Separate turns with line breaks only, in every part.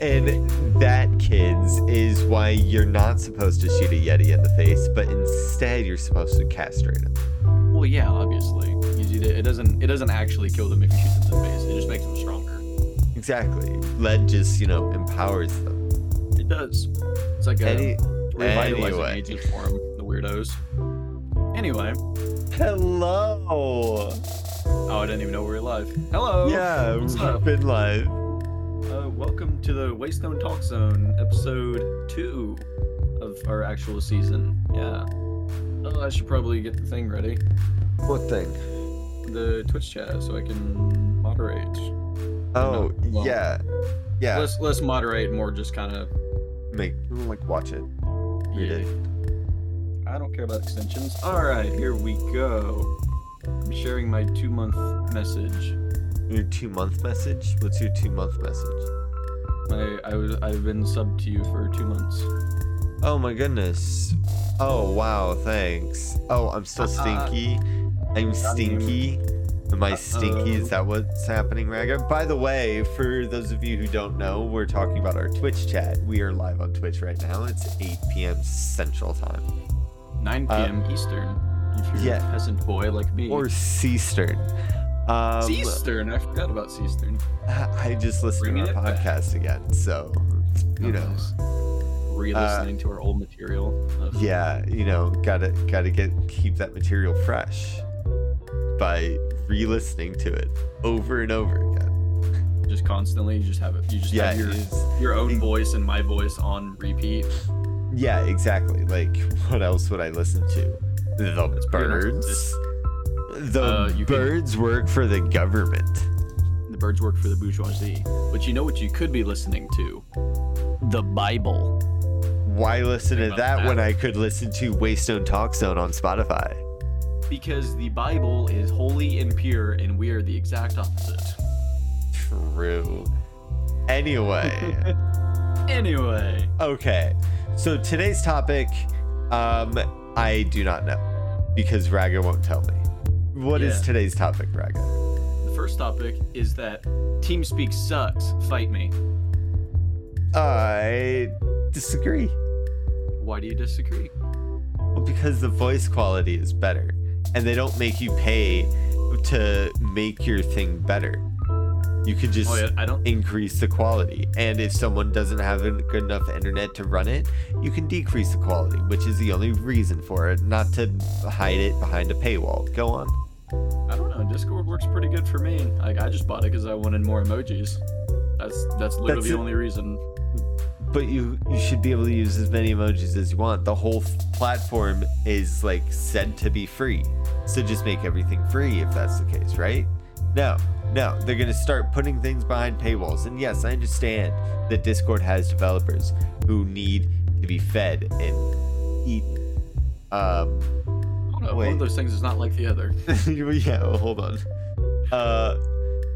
And that, kids, is why you're not supposed to shoot a Yeti in the face, but instead you're supposed to castrate him.
Well, yeah, obviously. You- you- It doesn't. It doesn't actually kill them if you shoot them in the face. It just makes them stronger.
Exactly. Lead just, you know, empowers them.
It does. It's like a
Any-
revitalizing
anyway.
agent for them, the weirdos. Anyway,
Hello!
oh, I didn't even know we were live. Hello.
yeah,
What's up?
Been live.
Uh, welcome to the Waystone Talk Zone, episode two of our actual season. Yeah. Oh, I should probably get the thing ready,
What thing?
the Twitch chat, so I can moderate.
Oh,
No, well-
yeah. Yeah,
Let's let's moderate more, just kind of
make, like, watch it. Read
Yeah.
it.
I don't care about extensions. All right, here we go. I'm sharing my two month message.
Your two month message? What's your two month message?
I, I was I've been subbed to you for two months.
Oh my goodness. Oh wow, thanks. Oh, I'm still
Uh-uh.
stinky. I'm stinky. Am I stinky? Is that what's happening, Raga? By the way, for those of you who don't know, we're talking about our Twitch chat. We are live on Twitch right now. It's 8 p.m. Central Time.
9
Uh,
p.m. Eastern. If you're
yeah.
a peasant boy like me.
Or Seastern. Um,
Eastern. I forgot about Eastern.
I just listened
Bringing
to our
it back.
podcast again, so, you know.
Oh,
Uh,
Re-listening to our old material. Of,
yeah you know gotta gotta get keep that material fresh by re-listening to it over and over again
Just constantly, you just have it. You just
yeah
have your
it's-
your own
it-
voice and my voice on repeat.
yeah exactly like what else would i listen to the
pretty much
birds
this.
the
Uh, you can-
birds work for the government
The birds work for the bourgeoisie. But you know what you could be listening to? The Bible.
why listen to
Think
that,
about
when i could listen to waystone talk zone on spotify
Because the Bible is holy and pure, and we are the exact opposite.
true anyway
Anyway,
Okay. So today's topic, um, I do not know because Raga won't tell me. What is
Yeah.
today's topic, Raga?
the first topic is that TeamSpeak sucks. Fight me.
I disagree.
Why do you disagree?
Well, because the voice quality is better and they don't make you pay to make your thing better. You could just
Oh, yeah, I don't.
increase the quality. And if someone doesn't have a good enough internet to run it, you can decrease the quality, which is the only reason for it, not to hide it behind a paywall. Go on.
I don't know. Discord works pretty good for me. Like I just bought it because I wanted more emojis. That's that's literally
That's
the
it.
only reason.
but you you should be able to use as many emojis as you want. The whole f- platform is like said to be free, so just make everything free if that's the case, right? No, no, they're gonna start putting things behind paywalls. And yes, I understand that Discord has developers who need to be fed and eaten. Um,
I don't know. One
Wait.
of those things is not like the other.
yeah, well, hold on. Uh,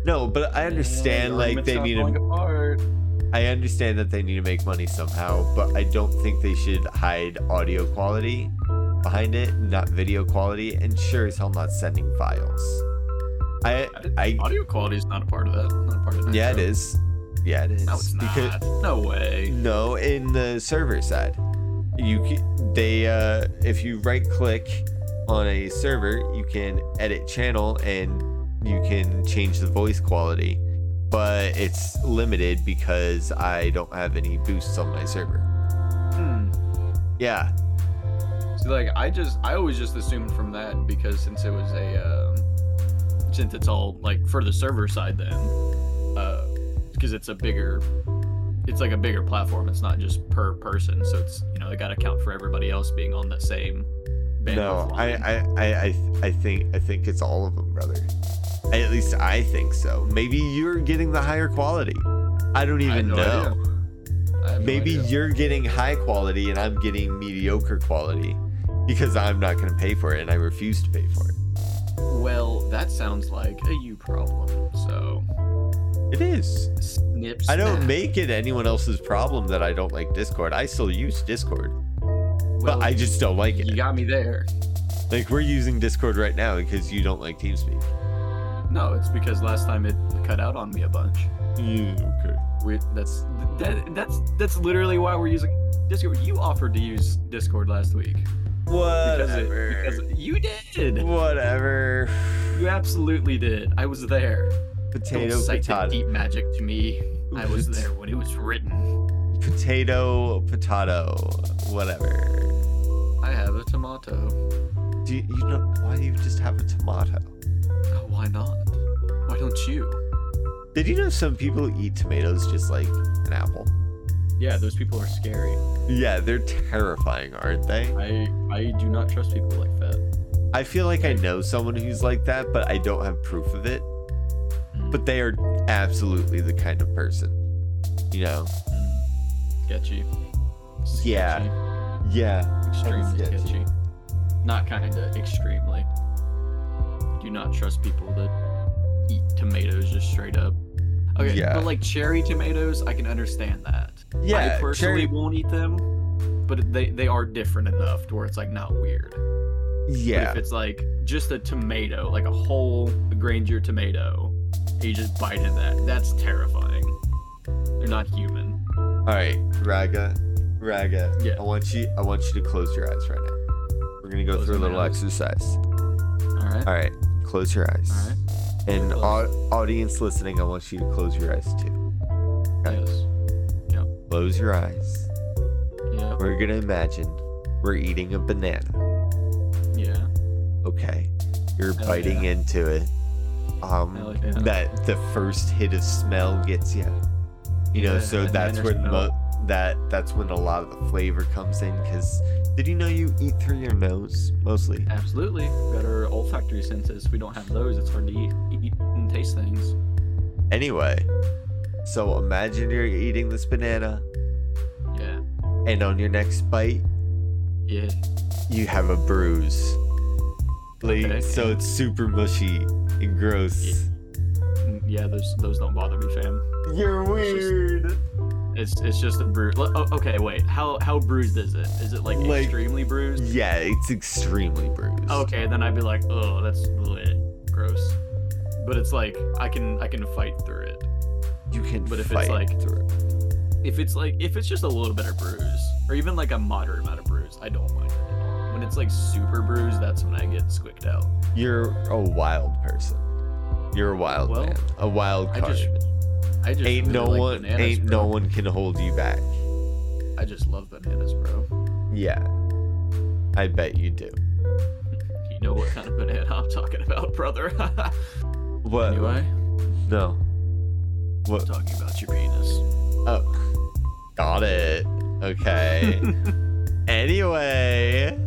no, but I understand
The
like
argument's
they
not
need to
falling apart.
I understand that they need to make money somehow, but I don't think they should hide audio quality behind it, not video quality, and sure as hell not sending files. I, I,
Audio quality is not a part of that. Not a part of that.
yeah, it
show.
is. Yeah, it is.
No, it's not.
Because-
no way.
no, in the server side, you c- they uh, if you right click on a server, you can edit channel and you can change the voice quality, but it's limited because I don't have any boosts on my server.
Hmm.
Yeah,
So like I just I always just assumed from that because since it was a um, since it's all like for the server side then uh because it's a bigger it's like a bigger platform it's not just per person so it's you know they got to count for everybody else being on that same bandwidth
no, I,
line.
I, I, I, th- I think I think it's all of them, brother. At least I think so. Maybe you're getting the higher quality. I don't
I have
even
no
know.
idea. I have no
Maybe
idea.
you're getting high quality and I'm getting mediocre quality because I'm not going to pay for it and I refuse to pay for it.
well that sounds like a you problem so
It is.
snip
I don't
snap.
make it anyone else's problem that I don't like Discord. I still use Discord,
Well,
but I just don't like
you
it.
got me there
Like we're using Discord right now because you don't like TeamSpeak.
No, it's because last time it cut out on me a bunch.
Yeah, okay.
We that's that, that's that's literally why we're using Discord. You offered to use Discord last week because, it,
Whatever.
because you did.
Whatever.
You absolutely did. I was there. Don't
Potato,
cite the
potato.
deep magic to me. I was there when it was written.
Potato, potato. Whatever.
I have a tomato.
Do you, you know why do you just have a tomato?
Oh, why not? Why don't you?
Did you know some people eat tomatoes just like an apple?
Yeah, those people are scary.
Yeah, they're terrifying, aren't they?
I I do not trust people like that.
I feel like I know someone who's like that, but I don't have proof of it.
Mm-hmm.
But they are absolutely the kind of person. You know?
Sketchy.
Yeah. Yeah.
Extremely
Sketchy.
sketchy. Not kinda, extremely. I do not trust people that eat tomatoes just straight up. Okay,
Yeah.
but like cherry tomatoes, I can understand that.
Yeah.
I personally
cherry-
won't eat them, but they they are different enough to where it's like not weird. But
Yeah.
if it's like just a tomato, like a whole Granger tomato, and you just bite in that, that's terrifying. They're not human.
All right, Raga. Raga.
Yeah.
I want you I want you to close your eyes right now. We're going to go
Close
through a
my
little
eyes.
exercise.
All right.
All right. Close your eyes.
All right.
And
Close.
au- audience listening, I want you to close your eyes too. Okay.
Yes.
Close your eyes.
Yeah.
We're going to imagine we're eating a banana.
Yeah.
okay you're
Hell
biting
yeah.
into it um
Hell yeah.
that the first hit of smell gets you you know
Yeah,
so
and
that's
then
when
there's
mo- that that's when a lot of the flavor comes in because did you know you eat through your nose mostly
Absolutely. We've got our olfactory senses. If we don't have those, it's hard to eat, eat and taste things.
anyway so imagine you're eating this banana
Yeah.
and on your next bite
Yeah.
you have a bruise like
Okay.
so it's super mushy and gross
Mm, Yeah. Those those don't bother me, fam.
you're
It's just-
weird
It's it's just a bruise. Oh, okay. Wait. How how bruised is it? Is it like,
Like-
extremely bruised?
yeah it's extremely bruised
Okay, then I'd be like, oh, that's lit. gross. But it's like I can I can fight through it.
you can
But if it's
fight
like-
through it.
If it's like if it's just a little bit of bruise, or even like a moderate amount of bruise, I don't mind it at all. When it's like super bruised, that's when I get squicked out.
You're a wild person. You're a wild
Well,
man. A wild
I
card.
just I just
ain't
really
no
like
one
bananas,
ain't
bro.
no one can hold you back.
I just love bananas, bro.
Yeah. I bet you do.
You know what kind of banana I'm talking about, brother.
What
anyway,
no.
I'm
What
talking about your penis.
oh got it. Okay. anyway.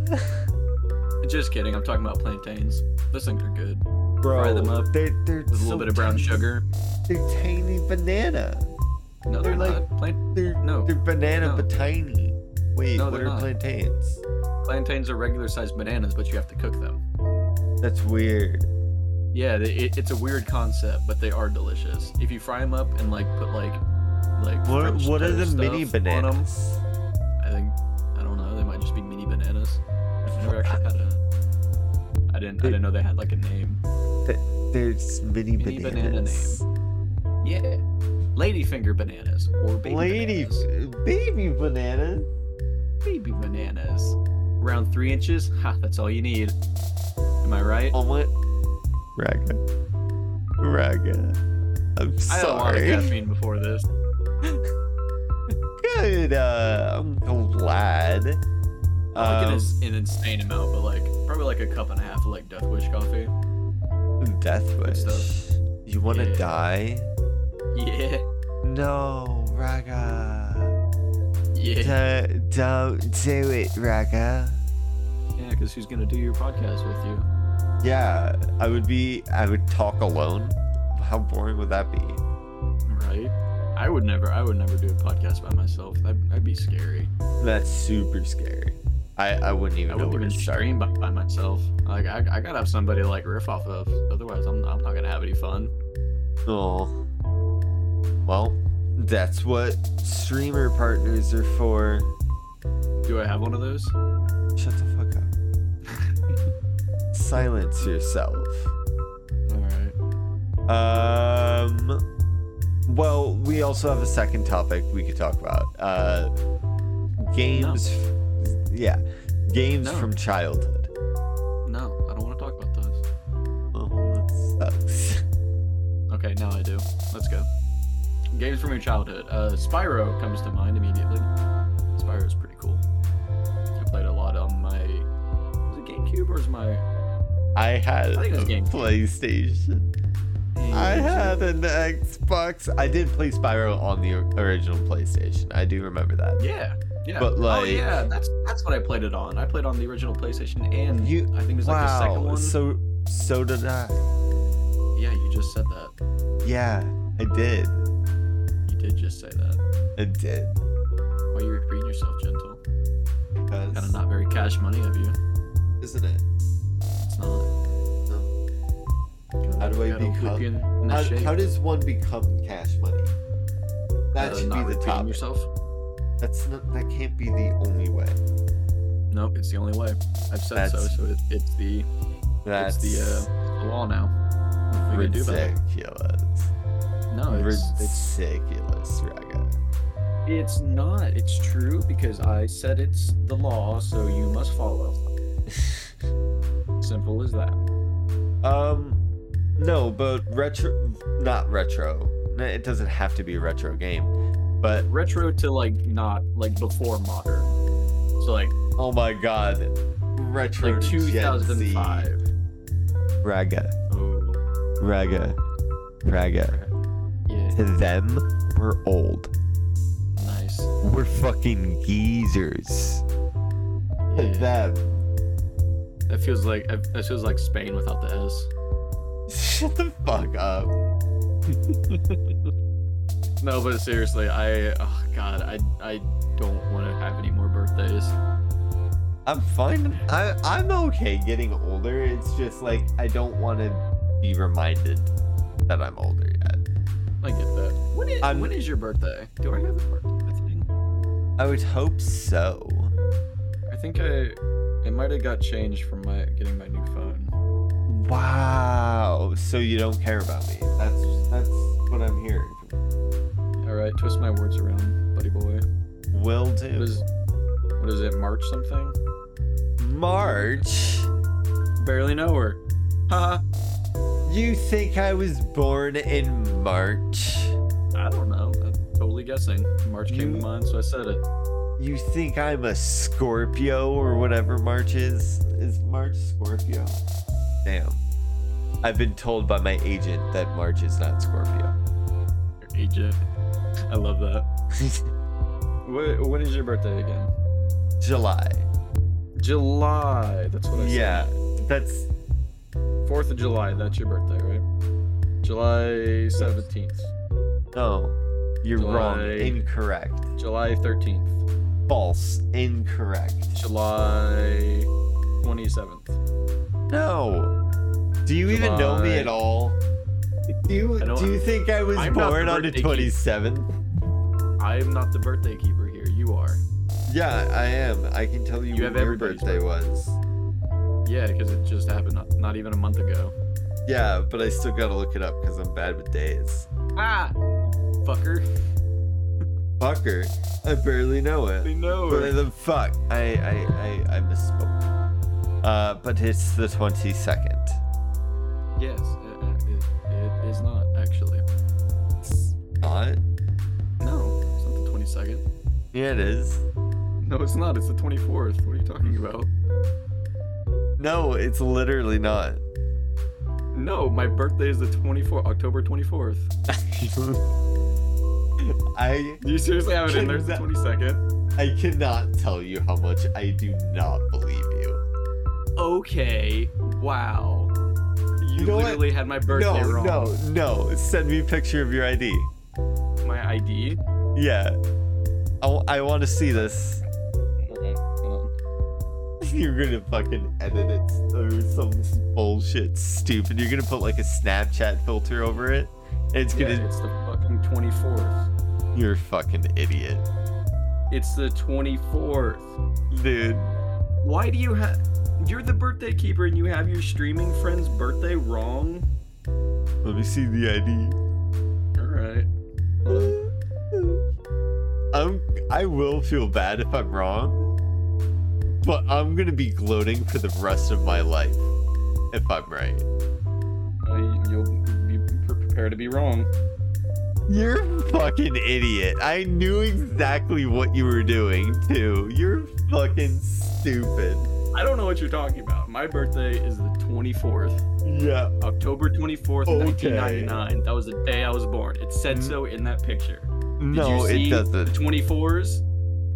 Just kidding. I'm talking about plantains. Those things are good.
Bro,
them up
They're, they're
With a little
so
bit of brown
tiny-
sugar.
They're tiny banana.
No,
They're
they're,
like-
like not. Plant-
They're
No,
they're banana
no.
but tiny. Wait,
No,
what
they're
are
not.
plantains?
plantains are regular sized bananas, but you have to cook them.
That's weird.
Yeah, they, it, it's a weird concept, but they are delicious. If you fry them up and like put like like
What
French
what are the
toast
mini
stuff on 'em,
bananas?
I think I don't know. They might just be mini bananas. I've never actually had a. I didn't. I didn't know they had like a name.
There's mini,
Mini banana
bananas.
Yeah, ladyfinger bananas or baby
Lady
bananas.
baby banana.
baby bananas. Around three inches. Ha, that's all you need. Am I right?
Oh my Raga. Raga. I'm
I had a lot of
sorry.
caffeine before this.
Good. Uh, I'm
Oh,
glad.
Not like
Um,
an, ins- an insane amount, but like probably like a cup and a half of like Death Wish coffee.
death wish.
stuff.
You want to
Yeah.
die?
Yeah,
No, Raga.
yeah.
D- don't do it, Raga.
Yeah, because who's gonna do your podcast with you?
Yeah, I would be. I would talk alone. How boring would that be?
Right? I would never. I would never do a podcast by myself. That'd, that'd be scary.
That's super scary. I, I wouldn't even
I
know
wouldn't
where
even
to start.
stream by, by myself. Like I, I gotta have somebody to, like riff off of. Otherwise, I'm, I'm not gonna have any fun.
Oh. Well, that's what streamer partners are for.
Do I have one of those?
Shut the fuck up. Silence yourself.
All right.
Um, well, we also have a second topic we could talk about. Uh, games. Yeah, games
No.
from childhood.
No, I don't want to talk about those.
Oh, that sucks.
Okay, now I do. Let's go. Games from your childhood. Uh, Spyro comes to mind immediately. Spyro's pretty cool. I played a lot on my. Was it GameCube or was my.
I had
I think it was
a
GameCube.
PlayStation. I had an Xbox. I did play Spyro on the original PlayStation. I do remember that.
Yeah. Yeah.
But,
oh
like-
yeah, that's that's what I played it on. I played on the original PlayStation and
You-
I think it was like the second one.
So so did I.
yeah, you just said that.
Yeah, I did.
You did just say that.
I did.
Why are you repeating yourself, gentle?
Because,
Kind of not very cash money of you.
isn't it?
It's not.
No. How do I
Gotta
become-
whip you in the
How,
shape.
how does one become cash money? That
Uh,
should
not
be the
repeating
topic.
Yourself?
That's not, that can't be the only way.
Nope, it's the only way. I've said so,
That's-
so it, it's the
That's
it's the, uh, the law now. we can do better.
ridiculous.
No, it's Oh, it's
ridiculous, Raga.
it's not. It's true because I said it's the law, so you must follow. Simple as that.
Um, no, but retro, not retro. No, It doesn't have to be a retro game, but
Retro to like not like before modern. So like
oh my god, retro
like
to Gen Z.
2005.
Raga,
Oh,
Raga, Raga.
yeah,
To them, we're old.
nice.
We're fucking geezers. To
Yeah.
them.
That feels like that feels like Spain without the S.
Shut the fuck up.
No, but seriously, I oh god, I I don't want to have any more birthdays.
I'm fine. I I'm okay getting older. It's just like I don't want to be reminded that I'm older yet.
I get that. When is,
I'm-
when is your birthday? Do I have a birthday thing?
I would hope so.
I think I it might have got changed from my getting my new phone.
Wow. So you don't care about me. That's that's what I'm hearing.
All right, twist my words around, buddy boy.
Will do.
What is what is it? March something?
March.
Barely know her. Haha.
You think I was born in March?
I don't know. I'm totally guessing. March came to
You-
mind, so I said it.
You think I'm a Scorpio or whatever March is? Is March Scorpio? Damn. I've been told by my agent that March is not Scorpio.
Your agent. I love that. Wh- when is your birthday again?
July.
July. That's what I said.
Yeah, that's
Fourth of July, that's your birthday, right? July seventeenth.
no. You're wrong.
July.
Incorrect.
July thirteenth.
False. Incorrect.
July twenty seventh.
No. Do you even know me
July.
at all? Do you
I don't-
do you think I was
I'm not
born
the
on the
birthday geek.
27th?
I am not the birthday keeper here. You are.
Yeah, I am. I can tell you,
You
when
have
your
everybody's
birthday was.
Yeah, because it just happened not, not even a month ago.
Yeah, but I still gotta look it up because I'm bad with days.
Ah, fucker.
Fucker, I barely know it.
know
What the fuck? I I I, I misspoke. Uh, but it's the 22nd.
Yes, it, it, it is not actually.
It's not.
No, it's not the twenty second.
Yeah, it is.
No, it's not. It's the twenty fourth. What are you talking about?
No, it's literally not.
No, my birthday is the twenty fourth, October twenty fourth.
I
Do you seriously have it in there? It's the
Exact-
twenty second.
I cannot tell you how much I do not believe you.
okay, wow. You,
know what?
literally had my birthday
no,
wrong.
no, no. Send me a picture of your ID.
My ID?
Yeah. I, want to see this. You're gonna fucking edit it or some bullshit stupid. You're gonna put like a Snapchat filter over it. And it's
Yeah,
gonna.
it's the fucking 24th.
You're a fucking idiot.
It's the 24th.
Dude.
Why do you have. You're the birthday keeper and you have your streaming friend's birthday wrong?
Let me see the ID.
All right.
I'm I will feel bad if I'm wrong, but I'm gonna be gloating for the rest of my life if I'm right.
Uh, you'll be pre- prepared to be wrong.
You're a fucking idiot. I knew exactly what you were doing too. You're fucking stupid.
I don't know what you're talking about. My birthday is the 24th,
Yeah.
October 24th,
Okay.
1999. That was the day I was born. It said so in that picture. Did
No,
you see
it
The
doesn't.
24s?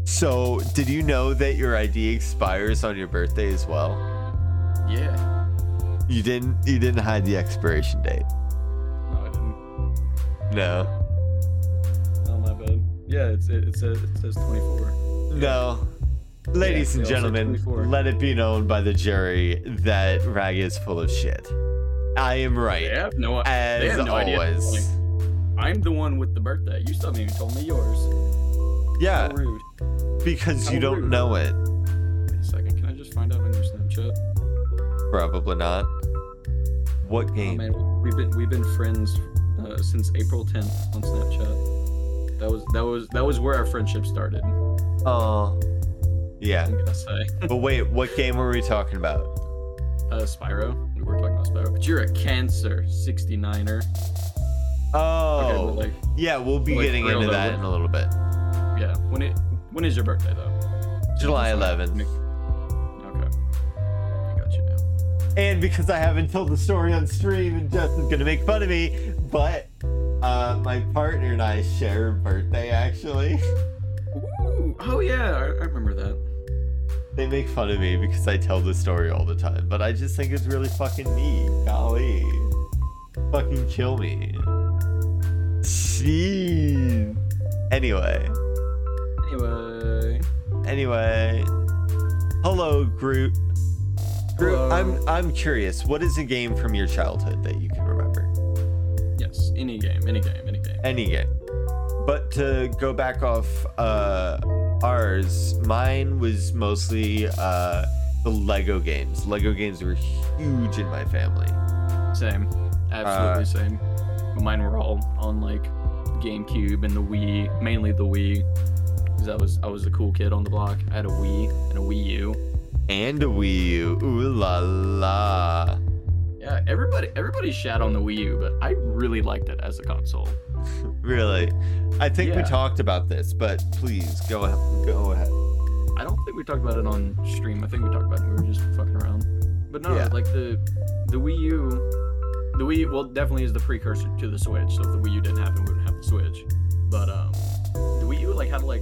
So, did you know that your ID expires on your birthday as well?
Yeah.
You didn't. You didn't hide the expiration date.
No, I didn't.
No.
Oh my bad. Yeah, it's, it, it says it says 24.
No. Ladies
Yeah,
and
they all said
gentlemen,
24.
let it be known by the jury that Rag is full of shit. I am right,
They have no. they
as
have no idea.
always.
Like, I'm the one with the birthday. You still haven't even told me yours. How
Yeah,
rude.
because you
How
don't
rude.
know it.
Wait a second. Can I just find out on your Snapchat?
Probably not. What
Oh
game?
man, we've been we've been friends uh, since April 10th on Snapchat. That was that was that was where our friendship started.
Oh. Yeah.
I'm gonna say
But wait, what game were we talking about?
uh, Spyro. We were talking about Spyro, but you're a Cancer 69er. Okay,
Oh.
but like,
yeah, we'll be
like,
getting
for real
into
though,
that
what-
in a little bit.
yeah. When it when is your birthday though?
July
Sorry.
11th.
Okay. I got you now.
And because I haven't told the story on stream and Justin's gonna make fun of me, but uh, my partner and I share a birthday actually.
Ooh, oh yeah, I, I remember that.
They make fun of me because I tell the story all the time, but I just think it's really fucking neat. Golly. Fucking kill me. Jeez. Anyway.
Anyway,
Anyway. Hello, Groot. Groot,
Hello.
I'm I'm curious, what is a game from your childhood that you can remember?
yes, any game, any game, any game.
any game. But to go back off uh, ours, mine was mostly uh, the Lego games. Lego games were huge in my family.
Same, absolutely same. Mine were all on like GameCube and the Wii, mainly the Wii, because I was I was the cool kid on the block. I had a Wii and a Wii U.
And a Wii U. Ooh la la.
Yeah, everybody everybody shat on the Wii U, but I really liked it as a console.
Really? I think we
Yeah.
talked about this, but please go ahead. Go ahead.
I don't think we talked about it on stream. I think we talked about it. when We were just fucking around. But no,
Yeah.
like the the Wii U, the Wii well definitely is the precursor to the Switch. So if the Wii U didn't happen, we wouldn't have the Switch. But um, the Wii U like had like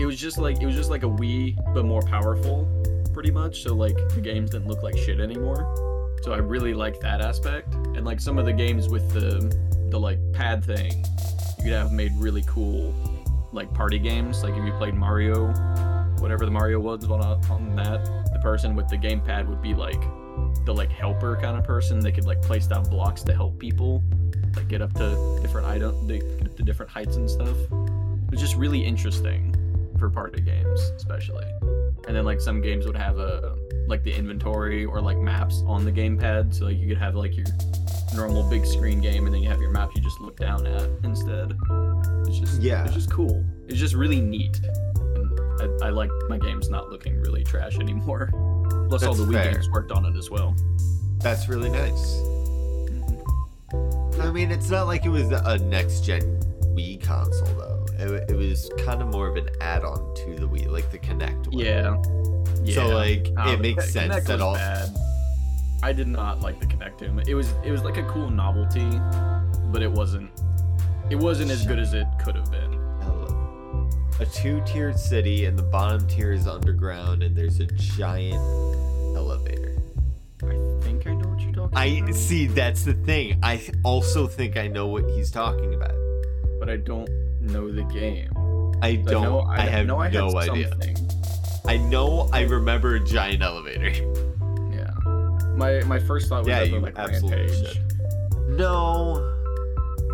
it was just like it was just like a Wii but more powerful, pretty much. So like the games didn't look like shit anymore. So I really like that aspect. And like some of the games with the the like pad thing, you could have made really cool like party games. Like if you played Mario, whatever the Mario was on, on that, the person with the gamepad would be like the like helper kind of person. They could like place down blocks to help people, like get up to different item, they get up to different heights and stuff. It was just really interesting for party games, especially. And then like some games would have a like the inventory or like maps on the gamepad, so like you could have like your normal big screen game, and then you have your map you just look down at instead. It's just
Yeah.
it's just cool. It's just really neat. And I, I like my games not looking really trash anymore. Plus, all
That's
the Wii
fair.
games worked on it as well.
That's really nice.
Mm-hmm.
I mean, it's not like it was a next gen Wii console, though. It, it was kind of more of an add on to the Wii, like the Kinect one.
Yeah. yeah.
So like
Um,
it makes
Kinect
sense
was
that all
bad. I did not like the Kinect Doom. It was it was like a cool novelty, but it wasn't it wasn't as good as it could have been.
a two-tiered city and the bottom tier is underground and there's a giant elevator.
I think I know what you're talking
I
about.
see that's the thing. I th- also think I know what he's talking about.
but I don't know the game.
I
I
don't
know-
I, have
know I had
no idea.
something.
I know I remember a giant elevator.
Yeah. My my first thought was
Yeah,
ever,
you
like
absolutely
Rampage.
should. No.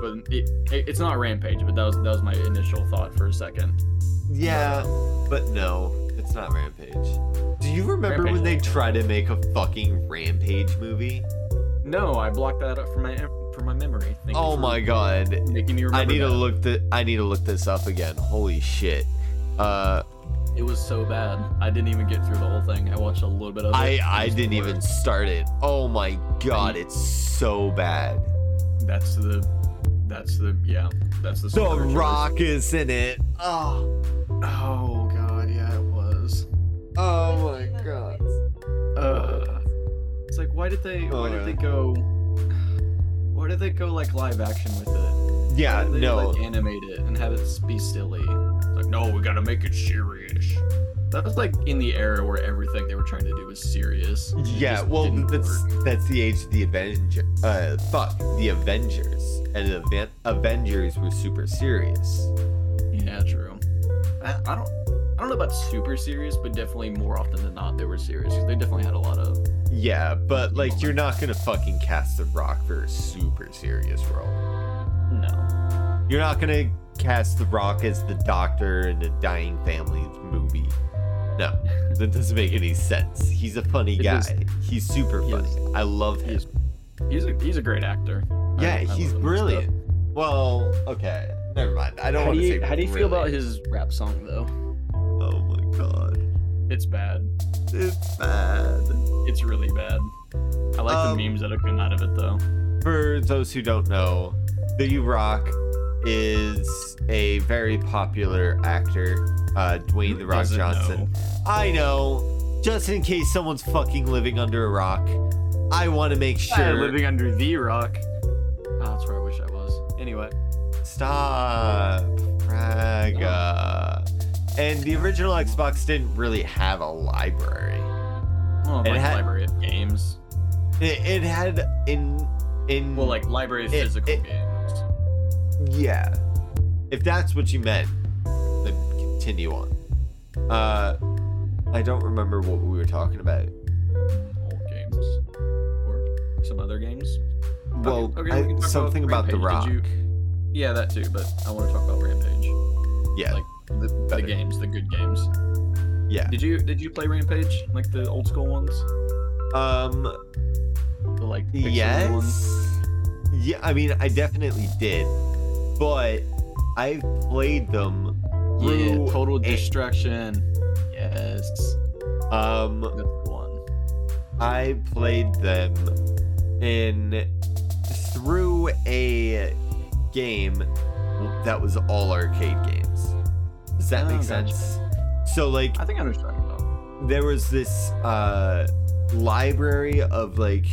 But it, it, it's not Rampage, but that was that was my initial thought for a second.
Yeah, but no. It's not Rampage. Do you remember
Rampage
when they
was-
tried to make a fucking Rampage movie?
No, I blocked that up from my from my memory. Thank you
Oh
for
my god.
making me
I
remember.
need to
that.
look the I need to look this up again. Holy shit. Uh
It was so bad. I didn't even get through the whole thing. I watched a little bit of it.
I
It
I
was
didn't
boring.
even start it. Oh my god, it's so bad.
That's the. That's the. Yeah. That's the.
The
story choice.
rock is in it. Oh,
Oh god, yeah, it was.
oh my god.
Uh, it's like why did they? Why
Oh, yeah.
did they go? Why did they go like live action with it? Why
Yeah,
did they,
no.
Like, animate it and have it be silly. It's like no, we gotta make it serious. That was like in the era where everything they were trying to do was serious. It
Yeah,
just
well
didn't
that's
work.
that's the age of the Avenger uh fuck, the Avengers. And the Aven- Avengers were super serious.
yeah, true. I, I don't. I don't know about super serious, but definitely more often than not they were serious. 'cause They definitely had a lot of
Yeah, but like you're not gonna fucking cast the rock for a super serious role.
no.
You're not gonna cast The Rock as the doctor in a dying family movie. No, that doesn't make any sense. He's a funny
It
guy.
is-
he's super
he
funny.
is.
I love
He
him.
is. He's a he's a great actor. I-
yeah,
I love
he's
him and
brilliant.
stuff.
Well, okay, never mind. I don't
How
want
do
to
you
say.
how do you feel about
really.
his rap song though?
Oh my god,
It's bad.
it's bad.
It's really bad. I like
Um,
the memes that have come out of it though.
For those who don't know, The Rock is a very popular actor. Uh, Dwayne
Who
The Rock
doesn't
Johnson.
know?
I know. Just in case someone's fucking living under a rock, I want to make
Yeah,
sure.
living under the rock. Oh, that's where I wish I was. Anyway,
Stop, Fraga. And the original Xbox didn't really have a library.
well,
It
like
had-
library of games.
It, it had in in
Well, like library of
It-
physical
it-
games.
yeah. If that's what you meant, then continue on. Uh, I don't remember what we were talking about.
Old games, or some other games.
Well,
okay,
I-
we can talk about
something about, the rock.
Rampage. Did Yeah, that too. But I want to talk about Rampage.
yeah,
like the, the
better.
games, the good games.
yeah.
Did you did you play Rampage like the old school ones?
Um,
The like pixelated ones?
Yes. Yeah, I mean, I definitely did, but I've played them
Yeah,
through
total
a-
destruction. Yes,
Um,
that's the one.
I played them in through a game that was all arcade games. Does that
Oh,
make
gotcha.
sense? So like
I think I know what you're talking about.
there was this uh, library of like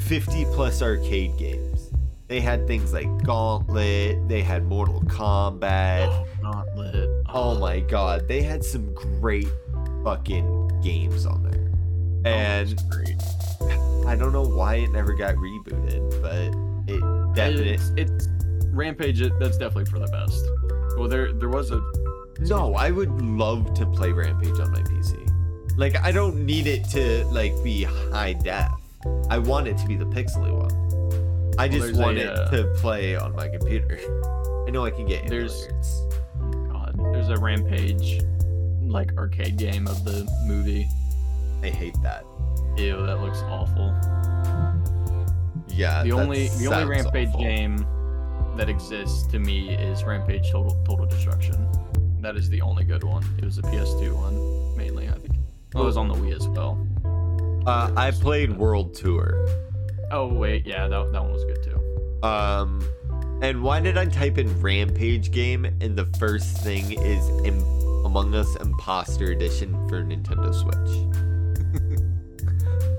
50 plus arcade games. They had things like Gauntlet, they had Mortal Kombat.
Not lit.
Oh my god, they had some great fucking games on there.
Oh
And
great.
I don't know why it never got rebooted, but it definitely.
It's, it's Rampage. It, that's definitely for the best. Well, there there was a
No, I would love to play Rampage on my PC. Like I don't need it to like be high def. I want it to be the pixely one. I
Well,
just
there's a,
want it
uh,
to play on my computer. I know I can get
There's-
emulators.
God. There's a Rampage like arcade game of the movie.
I hate that.
Ew, that looks awful.
Yeah.
the
that
only the only
sounds
Rampage
awful.
game that exists to me is Rampage Total Total Destruction. That is the only good one. It was a PS2 one mainly, I think. Well, it
Oh.
was on the Wii as well.
Uh, I played World Tour.
Oh wait, yeah, that, that one was good too.
Um, and why did I type in Rampage game and the first thing is Im- Among Us Imposter Edition for Nintendo Switch?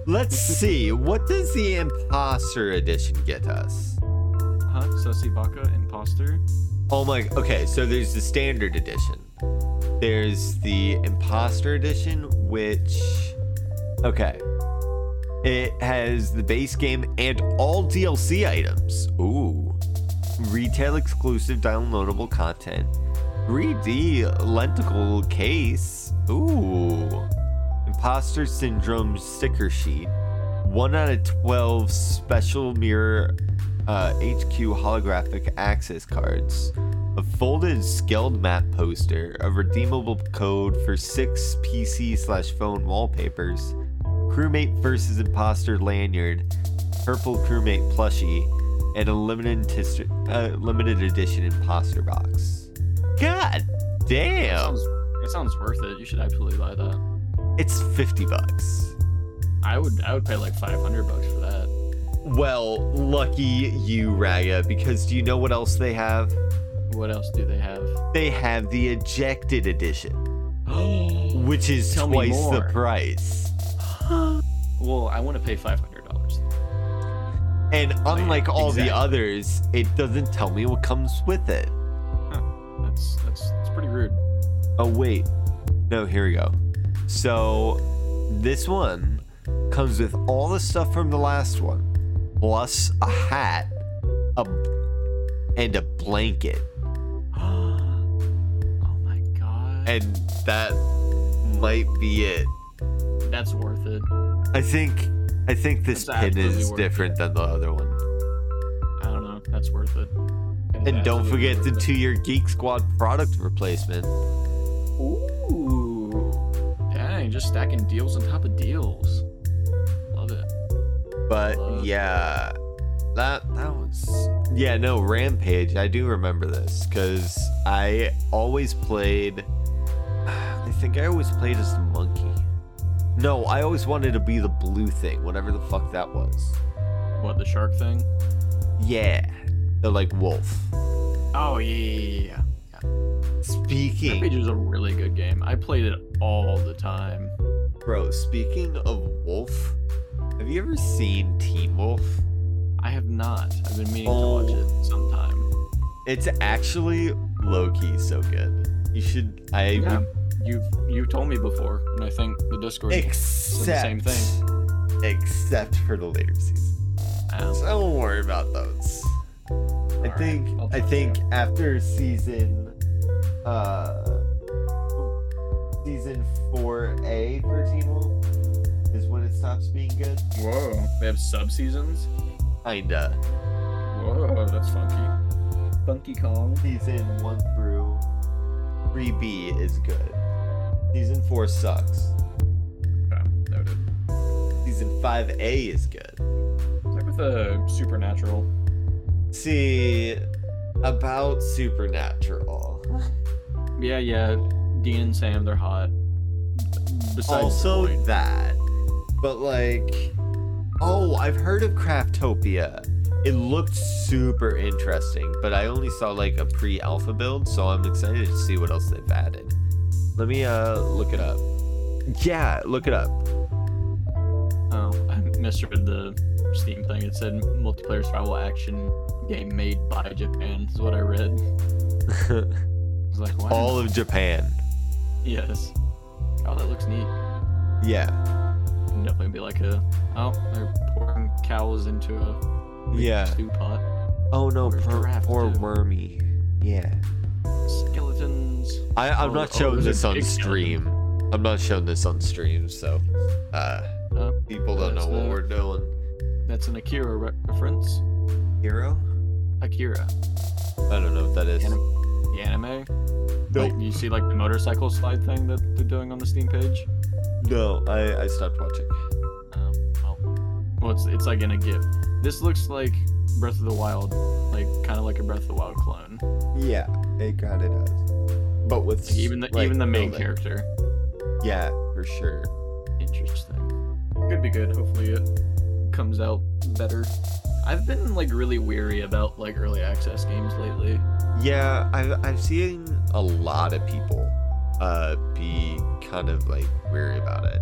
Let's see. What does the Imposter Edition get us?
Huh? Sussy Baka Imposter.
Oh my. Okay, so there's the Standard Edition. There's the Imposter Edition, which. Okay. It has the base game and all DLC items. Ooh. Retail exclusive downloadable content. 3D lenticle case. Ooh. Imposter Syndrome sticker sheet. 1 out of 12 special mirror uh, HQ holographic access cards. A folded scaled map poster. A redeemable code for 6 PC slash phone wallpapers. Crewmate versus imposter lanyard. Purple crewmate plushie. and a limited intis- uh, limited edition imposter box. God
That
damn!
sounds, that sounds worth it. You should absolutely buy that.
It's fifty bucks.
I would I would pay like 500 bucks for that.
Well, lucky you, Raga, because do you know what else they have?
What else do they have?
They have the ejected edition,
Oh.
which is
Tell me
twice the
more.
price.
well, I want to pay 500 dollars.
And unlike all
Oh, exactly.
the others, it doesn't tell me what comes with it.
That's that's that's pretty rude.
Oh wait. No, here we go. So this one comes with all the stuff from the last one, plus a hat, a and a blanket.
oh my god.
And that might be it.
that's worth it.
I think I think this
That's
pin
absolutely
is
worth it.
different than the other one.
I don't know. That's worth it.
And don't forget the two-year Geek Squad product replacement.
Ooh. Dang, just stacking deals on top of deals. Love it.
But
Love
yeah, that that was yeah no Rampage. I do remember this because I always played. I think I always played as the monkey. No, I always wanted to be the blue thing, whatever the fuck that was.
What, the shark thing?
Yeah, the like wolf.
Oh, yeah, yeah, yeah. Rampage
Speaking,
is a really good game. I played it all the time.
bro. Speaking of wolf, have you ever seen Teen Wolf?
I have not. I've been meaning to watch
Oh.
it sometime.
It's actually low key so good. You should. I
Yeah.
would
You've you've told me before, and I think the Discord.
Except,
same
Except for the later season.
Um,
So don't worry about those. I
right,
think
I'll
I
check it
think after season uh season four A for Teen Wolf is when it stops being good.
Whoa. They have sub seasons.
Kinda.
Whoa, that's funky. Funky Kong.
Season one through three B is good. Season four sucks.
Okay, noted.
Season five A is good.
It's like with a supernatural.
See about Supernatural.
Yeah, yeah. Dean and Sam, they're hot. Besides
also
the point.
that. But like, oh, I've heard of Craftopia. It looked super interesting, but I only saw like a pre-alpha build, so I'm excited to see what else they've added. Let me uh look it up. Yeah, look it up.
Oh, I misread the Steam thing. It said multiplayer survival action game made by Japan. Is what I read. I was like, what?
All of Japan.
Yes. Oh, that looks neat.
Yeah.
Can definitely be like a. Oh, they're pouring cows into a big
Yeah.
stew pot.
Oh no,
Or
poor,
giraffe,
poor
too.
Wormy. Yeah.
Skeletons.
I, I'm
Oh,
not
oh,
showing
those are
this on
big
stream. I'm not showing this on stream, so uh,
Uh,
people don't know
that's
what
the-
we're doing.
That's an Akira re- reference.
Hero?
Akira,
I don't know what that is.
Anim- the anime.
Nope.
Like, you see like the motorcycle slide thing that they're doing on the Steam page.
No, I, I stopped watching.
Um, well, well, it's it's like in a GIF. This looks like Breath of the Wild, like kind of like a Breath of the Wild clone.
Yeah, it kind of does. But with
Like, even the
like,
even the main
building.
character.
Yeah, for sure.
Interesting. Could be good. Hopefully it comes out better. I've been like really weary about like early access games lately.
Yeah, I've I've seen a lot of people uh be kind of like weary about it.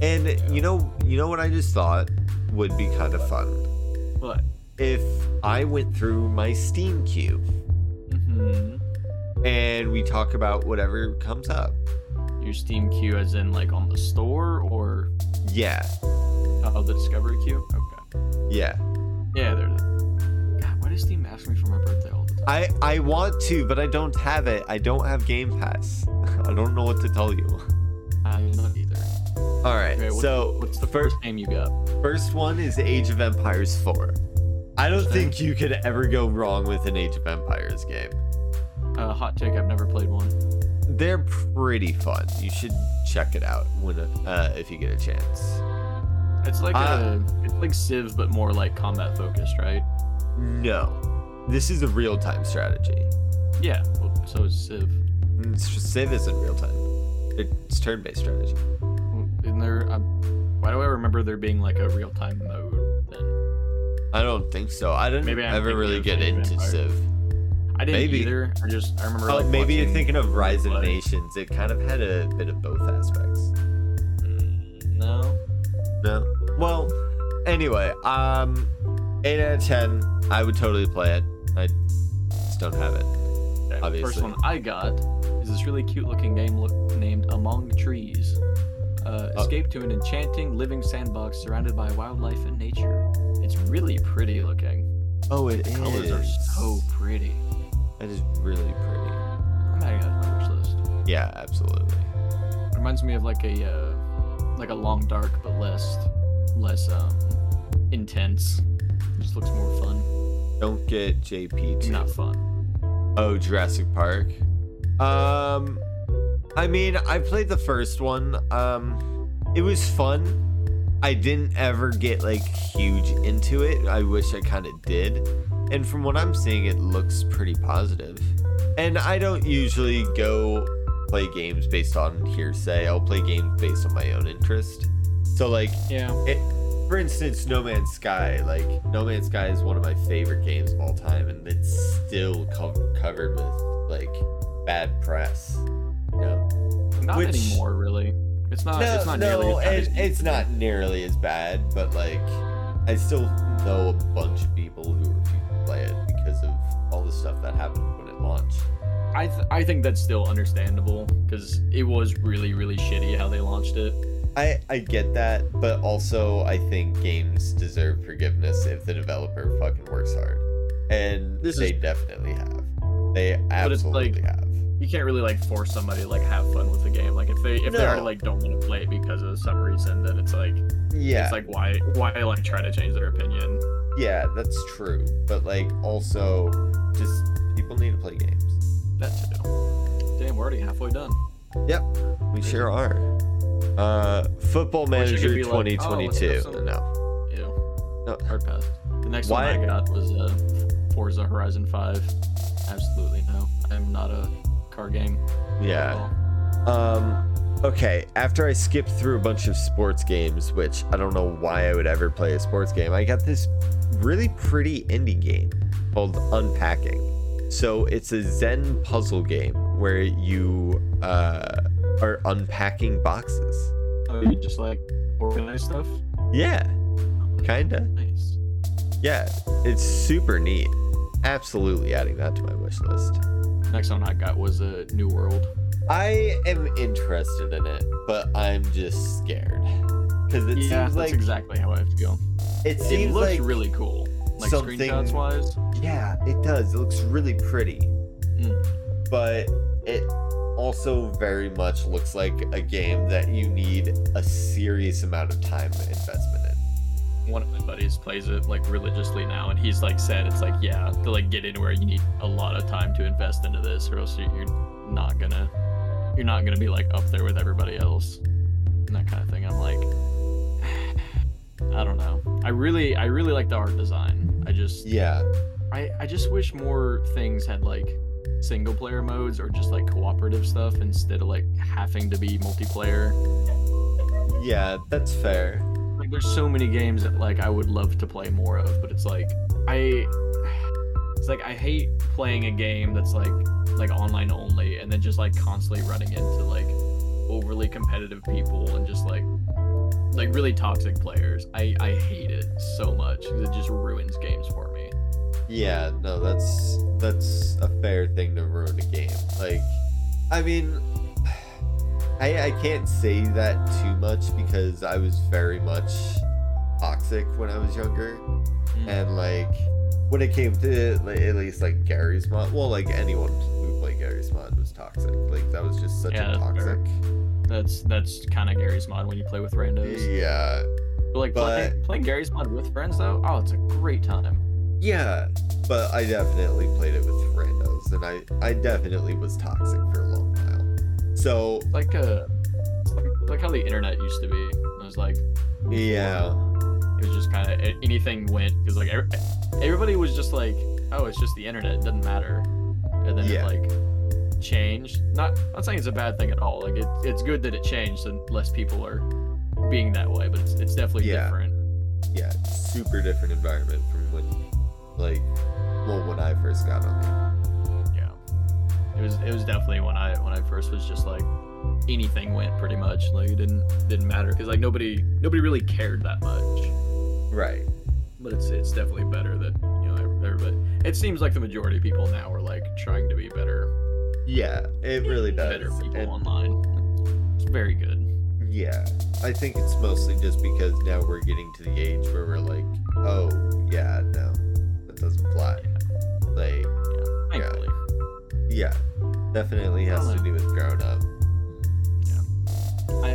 And you know you know what I just thought would be kind of fun
But
if I went through my Steam queue
mhm,
and we talk about whatever comes up.
your Steam queue, as in like on the store or
Yeah,
oh the Discovery queue. Okay.
yeah.
Yeah, there. it is. God, why does Steam ask me for my birthday all the time?
I I want to, but I don't have it. I don't have Game Pass. I don't know what to tell you.
I don't know either.
All right.
Okay, what-
so
What's the first game you got?
First one is Age of Empires 4. I don't
Okay.
think you could ever go wrong with an Age of Empires game.
Uh, hot take. I've never played one.
They're pretty fun. You should check it out when uh, if you get a chance.
It's like
Uh,
a, it's like Civ, but more like combat focused, right?
No. This is a real time strategy.
Yeah. Well, so is Civ.
Mm, Civ isn't real time. It's turn based strategy.
Well, Isn't there? Um, why do I remember there being like a real time mode? Then
I don't think so. I didn't
Maybe I'm
ever
thinking
really
of
get
Age of
into
Empires.
Civ.
I didn't
Maybe.
either. I just I remember.
Oh,
like,
maybe you're
watching-
thinking of Rise of
Like-
Nations. It kind of had a bit of both aspects.
Mm, No.
No. Well, anyway, um, eight out of ten. I would totally play it. I just don't have it.
Okay,
Obviously.
First one I got is this really cute looking game look, named Among Trees. Uh,
Oh.
Escape to an enchanting living sandbox surrounded by wildlife and nature. It's really pretty looking.
Oh, it is.
Colors are so pretty.
That is really pretty.
I'm adding that to my wish list.
Yeah, absolutely.
reminds me of like a uh, like a long dark but less less um intense just looks more fun
Don't get JP too.
not fun
Oh, Jurassic Park. Um, I mean, I played the first one. Um, it was fun. I didn't ever get like huge into it. I wish I kind of did. And from what I'm seeing, it looks pretty positive. And I don't usually go play games based on hearsay. I'll play games based on my own interest. So like
yeah
it, for instance, No Man's Sky. Like No Man's Sky is one of my favorite games of all time, and it's still co- covered with like bad press. You know?
not
Which-
anymore really it's not
no,
it's not nearly
no,
as bad as
it,
it used
it's
to be.
not nearly as bad, but like I still know a bunch of people who refuse to play it because of all the stuff that happened when it launched.
I, th- I think that's still understandable because it was really really shitty how they launched it
I, I get that, but also I think games deserve forgiveness if the developer fucking works hard. And
This
they
is-
definitely have. They
it's
absolutely
like-
have.
you can't really like force somebody to like have fun with the game like if they if they already
No.
like don't want to play it because of some reason then it's like
Yeah.
it's like why why like try to change their opinion
yeah, that's true. But like also just people need to play games.
that too damn we're already halfway done
We sure are. Uh Football
Wish it could
Manager
be like, oh, let's have
2022.
some-
no.
Ew.
No.
Hard pass. The next
Why-
one I got was uh, Forza Horizon 5. Absolutely no. I'm not a car game. at
Yeah.
all.
Um, okay, after I skipped through a bunch of sports games, which I don't know why I would ever play a sports game, I got this really pretty indie game called Unpacking. So it's a Zen puzzle game where you uh, are unpacking boxes.
Oh, you just like organize stuff?
Yeah, kinda.
Nice.
Yeah, it's super neat. Absolutely adding that to my wish list.
Next one I got was a uh, New World.
I am interested in it, but I'm just scared because it
yeah,
seems
that's
like
exactly how I have to go.
it seems
It looks
like
really cool. Like
something-
screenshots wise.
Yeah, it does. It looks really pretty.
Mm.
But it also very much looks like a game that you need a serious amount of time investment in.
One of my buddies plays it like religiously now, and he's like said it's like yeah to like get in where you need a lot of time to invest into this, or else you- you're not gonna you're not gonna be like up there with everybody else and that kind of thing. I'm like, I don't know. I really I really like the art design. I just
Yeah.
I I just wish more things had like single player modes or just like cooperative stuff instead of like having to be multiplayer.
Yeah, that's fair.
like there's so many games that like I would love to play more of, but it's like I it's like I hate playing a game that's like like online only and then just like constantly running into like overly competitive people and just like like really toxic players. I I hate it so much because it just ruins games for me.
Yeah, no, that's that's a fair thing to ruin a game. Like, I mean, I I can't say that too much because I was very much toxic when I was younger.
Mm.
and like when it came to like, at least like Gary's mod, well, like anyone who played Gary's mod was toxic. Like that was just such
Yeah,
a
that's fair.
toxic.
That's that's kind of Gary's mod when you play with randos.
Yeah,
But like
but-
playing, playing Gary's mod with friends though, oh, it's a great time.
yeah, but I definitely played it with randos, and I I definitely was toxic for a long while. So
like uh it's like, like how the internet used to be. It was like
yeah,
it was just kind of anything went because like every, everybody was just like, oh, it's just the internet, it doesn't matter. And then
Yeah.
it like changed. Not not saying it's a bad thing at all. Like it, it's good that it changed and less people are being that way, but it's, it's definitely
Yeah.
different.
yeah, super different environment from when, like, well, when I first got on there.
Yeah. It was it was definitely when I when I first was just like anything went pretty much. Like it didn't didn't matter because like nobody nobody really cared that much.
Right.
but it's it's definitely better that you know ev- everybody. It seems like the majority of people now are like trying to be better,
Yeah, it really does.
better people
And-
online. It's very good.
Yeah, I think it's mostly just because now we're getting to the age where we're like, oh, yeah, no, that doesn't fly. Like,
Thankfully,
yeah, definitely has to do with grown up.
I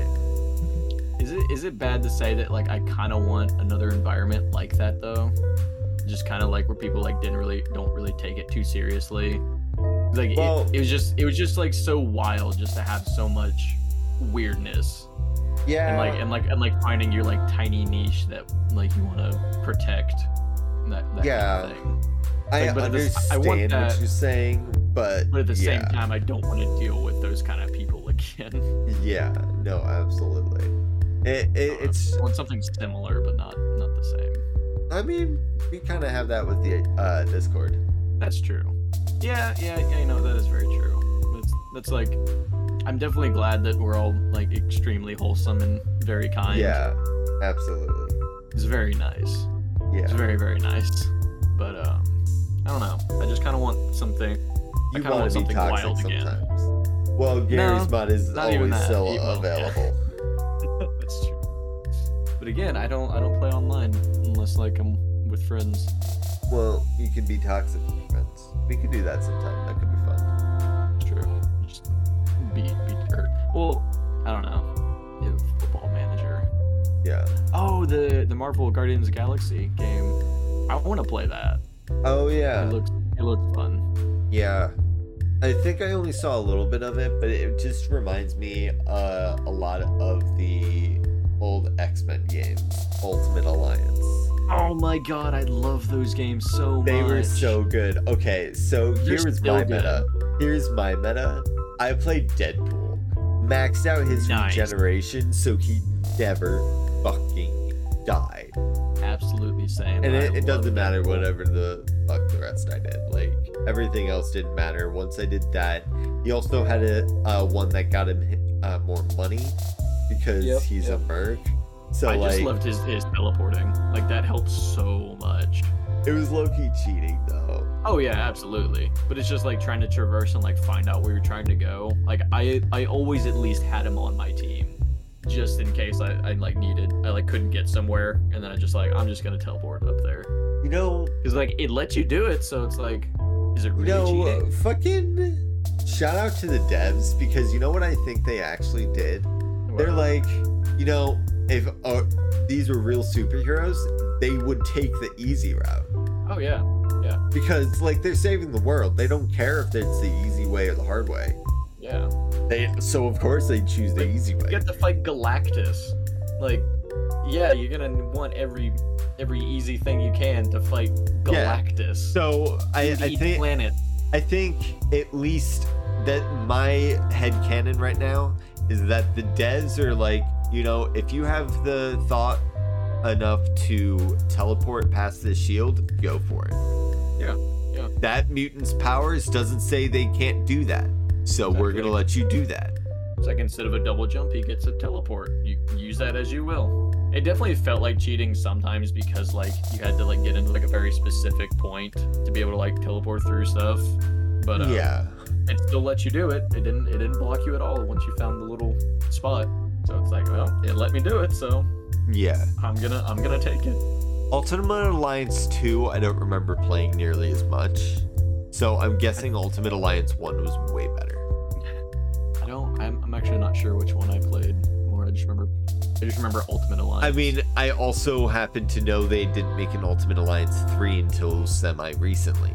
is it is it bad to say that like I kind of want another environment like that though, just kind of like where people like didn't really don't really take it too seriously. Like it-
Well-
it, was just it was just like so wild just to have so much weirdness
Yeah,
and like and like and like finding your like tiny niche that like you want to protect and that, that
Yeah.
kind of thing.
I
like, but at the s- I
understand
want
what
that-
you're saying, but
but at the same
yeah.
time i don't want to deal with those kind of people again
Yeah, no, absolutely. It, it it's
I want something similar but not not the same
I mean, we kind of have that with the uh, Discord.
that's true yeah yeah yeah you know that is very true that's, that's like i'm definitely glad that we're all like extremely wholesome and very kind
Yeah, absolutely.
it's very nice
Yeah,
it's very very nice but um i don't know i just kind of want something I
you
kinda
want
want
to be
something
toxic
wild again.
sometimes. Well, Gary's mod is
not
always
even that.
still
Even- yeah.
available.
That's true. But again, I don't I don't play online unless like I'm with friends.
Well, you can be toxic with friends. We could do that sometime. That could be fun.
True. Just be be hurt. Well, I don't know. Yeah, football manager.
Yeah.
Oh, the the Marvel Guardians of the Galaxy game. I want to play that.
Oh yeah.
It looks it looks fun.
Yeah. I think I only saw a little bit of it, but it just reminds me uh, a lot of the old X Men games, Ultimate Alliance.
Oh my god, I love those games so much.
They were so good. Okay, so
They're
here's
still
my meta. Here's my meta. I played Deadpool, maxed out his
Nice.
regeneration so he never fucking died.
absolutely same.
And
I
it, it
love
doesn't matter
Deadpool.
whatever the fuck the rest I did. Like everything else didn't matter. Once I did that, he also had a uh, one that got him uh, more money because
Yep,
he's a
yep.
merc. So
I
like
just loved his, his teleporting. Like that helped so much.
it was low key cheating though.
Oh yeah, absolutely. But it's just like trying to traverse and like find out where you're trying to go. Like I I always at least had him on my team, just in case I, I like needed I like couldn't get somewhere, and then I just like I'm just gonna teleport up there
You know,
because like it lets you do it. So it's like, is it
You
really
know,
cheating?
uh, fucking shout out to the devs because you know what I think they actually did? uh, They're
Well,
like, you know, if uh, these were real superheroes, they would take the easy route
oh yeah,
because, like, they're saving the world. They don't care if it's the easy way or the hard way.
yeah.
They so of course they choose the
But
easy way.
You have to fight Galactus. Like, yeah, you're gonna want every every easy thing you can to fight
Yeah.
Galactus.
So I,
Eat
I think
planet.
I think at least that my head canon right now is that the devs are like, you know, if you have the thought enough to teleport past this shield, go for it.
Yeah, yeah.
That mutant's powers doesn't say they can't do that. So we're
Exactly.
going to let you do that.
It's like instead of a double jump, he gets a teleport. You use that as you will. It definitely felt like cheating sometimes because like you had to like get into like a very specific point to be able to like teleport through stuff. But uh,
yeah.
it still let you do it. It didn't it didn't block you at all once you found the little spot. So it's like, well, it let me do it, so
Yeah.
I'm gonna I'm gonna take it.
Ultimate Alliance 2, I don't remember playing nearly as much. So I'm guessing Ultimate Alliance 1 was way better.
I don't I'm, I'm actually not sure which one I played more. I just remember I just remember Ultimate Alliance.
I mean, I also happen to know they didn't make an Ultimate Alliance 3 until semi recently.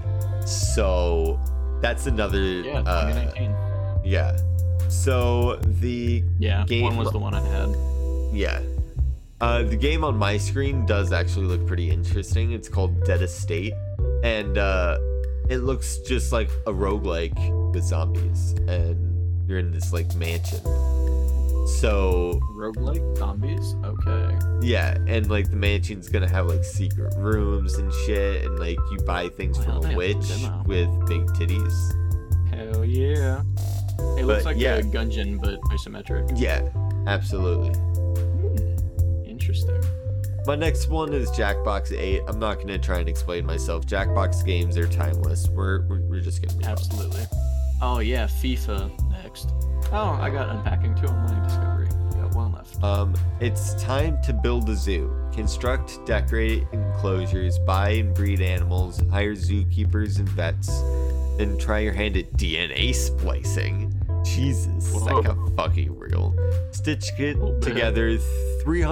So that's another.
yeah,
uh,
2019.
yeah. So the.
yeah,
game-
one was the one I had.
Yeah. Uh, the game on my screen does actually look pretty interesting. It's called Dead Estate, and uh, it looks just like a roguelike with zombies, and you're in this like mansion. So
Roguelike zombies? Okay.
yeah, and like the mansion's gonna have like secret rooms and shit, and like you buy things
Wow,
from
they have
a
a
witch
demo.
with big titties.
Hell yeah. It looks
But,
like
yeah.
a gungeon, but isometric.
Yeah, absolutely.
Hmm. Interesting.
My next one is Jackbox 8. I'm not gonna try and explain myself. Jackbox games are timeless. We're we're, we're just gonna be honest.
Absolutely. Oh yeah, FIFA next. Oh, I got unpacking two online discovery. Got one left.
Um, it's time to build a zoo. Construct, decorate enclosures, buy and breed animals, hire zookeepers and vets, then try your hand at DNA splicing. Jesus,
Whoa.
that got fucking real. Stitch it
Oh, man.
together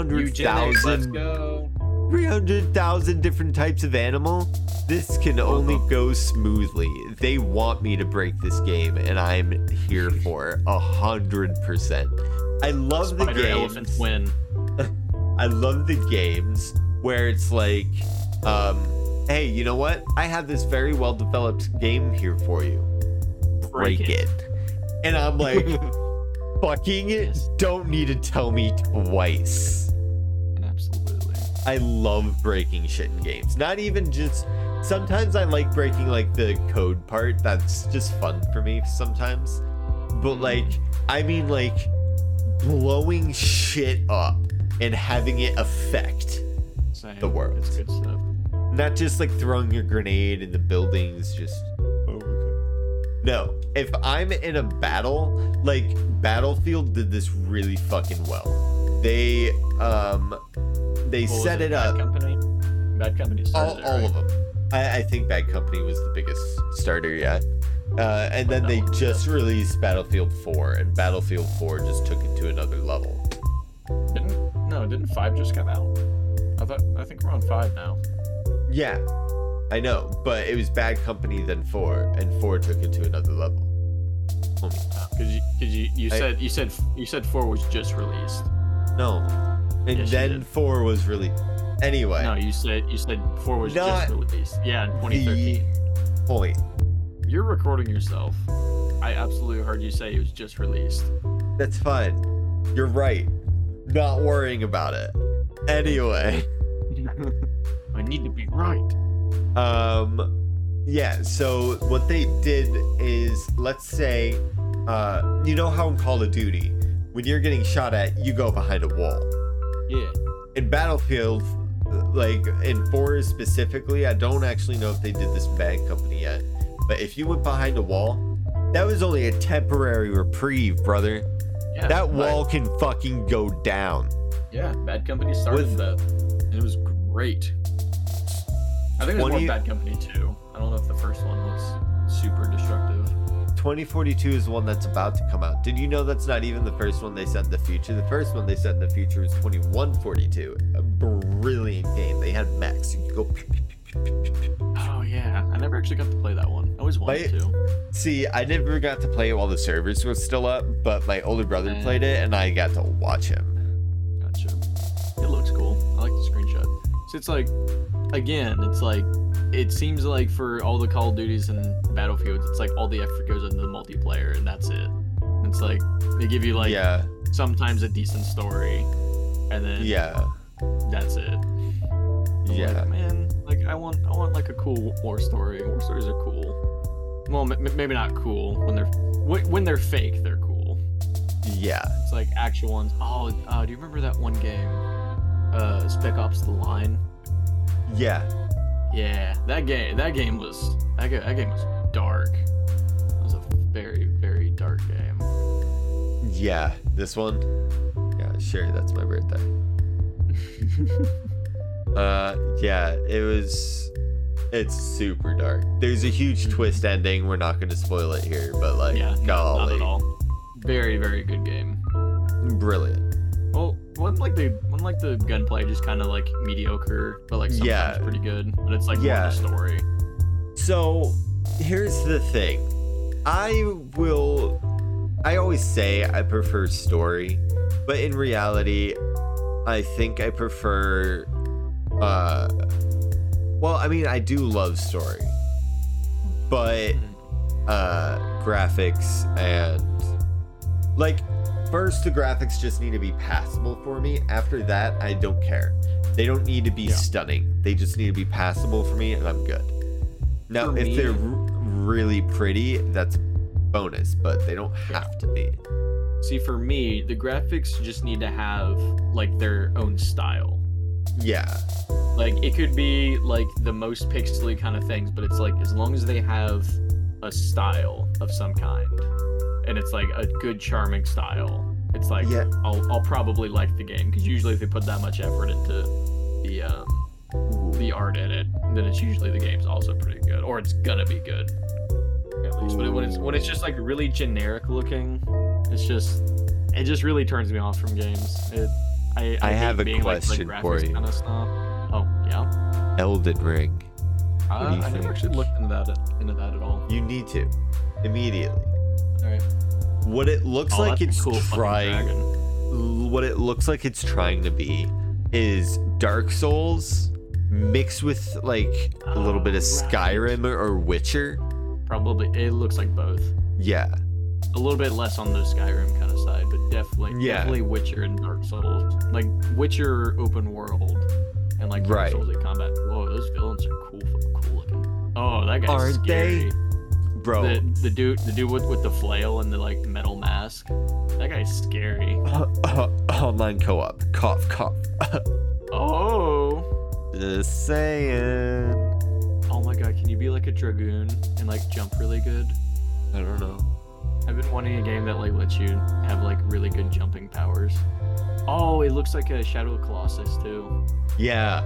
300,000
go.
300,000 different types of animal. This can only
Uh-huh.
go smoothly. They want me to break this game, and I'm here for it, a hundred percent. I love the
Spider
games.
elephants win.
I love the games where it's like, um, hey, you know what? I have this very well developed game here for you. Break, it. And I'm like, fucking
Yes.
don't need to tell me twice.
Absolutely.
I love breaking shit in games. Not even just sometimes I like breaking like the code part. That's just fun for me sometimes. But like I mean like blowing shit up and having it affect.
Same.
The world.
It's good stuff.
Not just like throwing your grenade in the buildings just No, if I'm in a battle, like Battlefield did this really fucking well. They um they
What was
set it
Bad
up
Company. Bad company.
all,
started it,
all
right?
of them. I, I think Bad Company was the biggest starter yet. Uh, and then they just released Battlefield 4, and Battlefield 4 just took it to another level.
Didn't no? Didn't five just come out? I thought. I think we're on five now.
Yeah, I know, but it was Bad Company, then 4, and 4 took it to another level. Homie,
Cause you, cause you, you
I-
said you said you said four was just released.
No. And
Yes, you
then
did.
4 was really. Anyway,
No, you said you said four was just
Not
released. Yeah, in 2013.
the point.
You're recording yourself. I absolutely heard you say it was just released.
That's fine. You're right. Not worrying about it. Anyway.
I need to be right.
Um, yeah. So what they did is, let's say, uh, you know how in Call of Duty, when you're getting shot at, you go behind a wall.
Yeah.
In Battlefield, like in four specifically, I don't actually know if they did this in Bad Company yet, but if you went behind a wall, that was only a temporary reprieve, brother.
Yeah.
that
but-
wall can fucking go down.
Yeah. Bad Company started
With-
that. And it was great. I think it was
20
more Bad Company too. I don't know if the first one was super destructive.
2042 is the one that's about to come out. Did you know that's not even the first one they set in the future? The first one they set in the future was 2142. A brilliant game. They had max. You could go. pew, pew, pew, pew, pew, pew.
Oh yeah. I never actually got to play that one. I always wanted
But-
to.
See, I never got to play it while the servers was still up, but my older brother
Mm.
played it and I got to watch him.
Gotcha. It looks cool. I like the screenshot. So it's like, again, it's like, it seems like for all the Call of Duties and Battlefields, it's like all the effort goes into the multiplayer and that's it. It's like they give you like
yeah,
sometimes a decent story, and then
yeah,
that's it. I'm like,
yeah.
man, like I want, I want like a cool war story. War stories are cool. Well, m- maybe not cool when they're wh- when they're fake. They're cool.
Yeah.
It's like actual ones. Oh, uh, do you remember that one game, uh, Spec Ops: The Line?
Yeah.
Yeah, that game. That game was that game. That game was dark. It was a very, very dark game.
Yeah. This one? Yeah, sure. That's my birthday. Uh, yeah, it was. It's super dark. There's a huge twist ending. We're not going to spoil it here, but like,
Mm-hmm. yeah, no, not
golly,
at all. Very, very good game.
brilliant.
Well, one like the one like the gunplay just kind of like mediocre, but like sometimes
Yeah.
pretty good. But it's like
Yeah.
more the story.
So, here's the thing. I will. I always say I prefer story, but in reality, I think I prefer. Uh, well, I mean, I do love story, but uh, graphics and like first the graphics just need to be passable for me. After that, I don't care. They don't need to be
Yeah.
stunning. They just need to be passable for me, and I'm good. Now,
For
if
me-
they're r- really pretty, that's bonus, but they don't have to be.
See, for me, the graphics just need to have like their own style.
Yeah,
Like it could be like the most pixely kind of things, but it's like as long as they have a style of some kind, and it's like a good, charming style. It's like
Yeah.
I'll, I'll probably like the game because usually if they put that much effort into the um, the art in it, then it's usually the game's also pretty good, or it's gonna be good. At least, but when it's when it's just like really generic looking, it's just it just really turns me off from games. It, I,
I
hate
have a
being, like- like,
question for
graphics
you.
Kinda snob. Oh yeah,
Elden Ring. do
uh,
you
I never
think?
actually looked into that into that at all.
You need to immediately.
All right,
What it looks
Oh,
like
that's a
it's
cool fucking
trying.
dragon.
l- what it looks like it's trying to be is Dark Souls mixed with like a little bit of
Oh, right.
Skyrim or, or Witcher.
Probably it looks like both.
Yeah.
a little bit less on the Skyrim kind of side, but definitely
Yeah.
definitely Witcher and Dark Souls. Like Witcher open world and like Dark
Right.
Souls in combat. Whoa, those villains are cool cool looking. Oh, that guy's
Aren't
scary.
they? Bro.
The the dude the dude with, with the flail and the like metal mask. That guy's scary.
online co-op. Cough cough.
Oh.
Just saying.
Oh my god, can you be like a dragoon and like jump really good?
I don't know.
I've been wanting a game that like lets you have like really good jumping powers. Oh, it looks like a Shadow of Colossus too.
Yeah.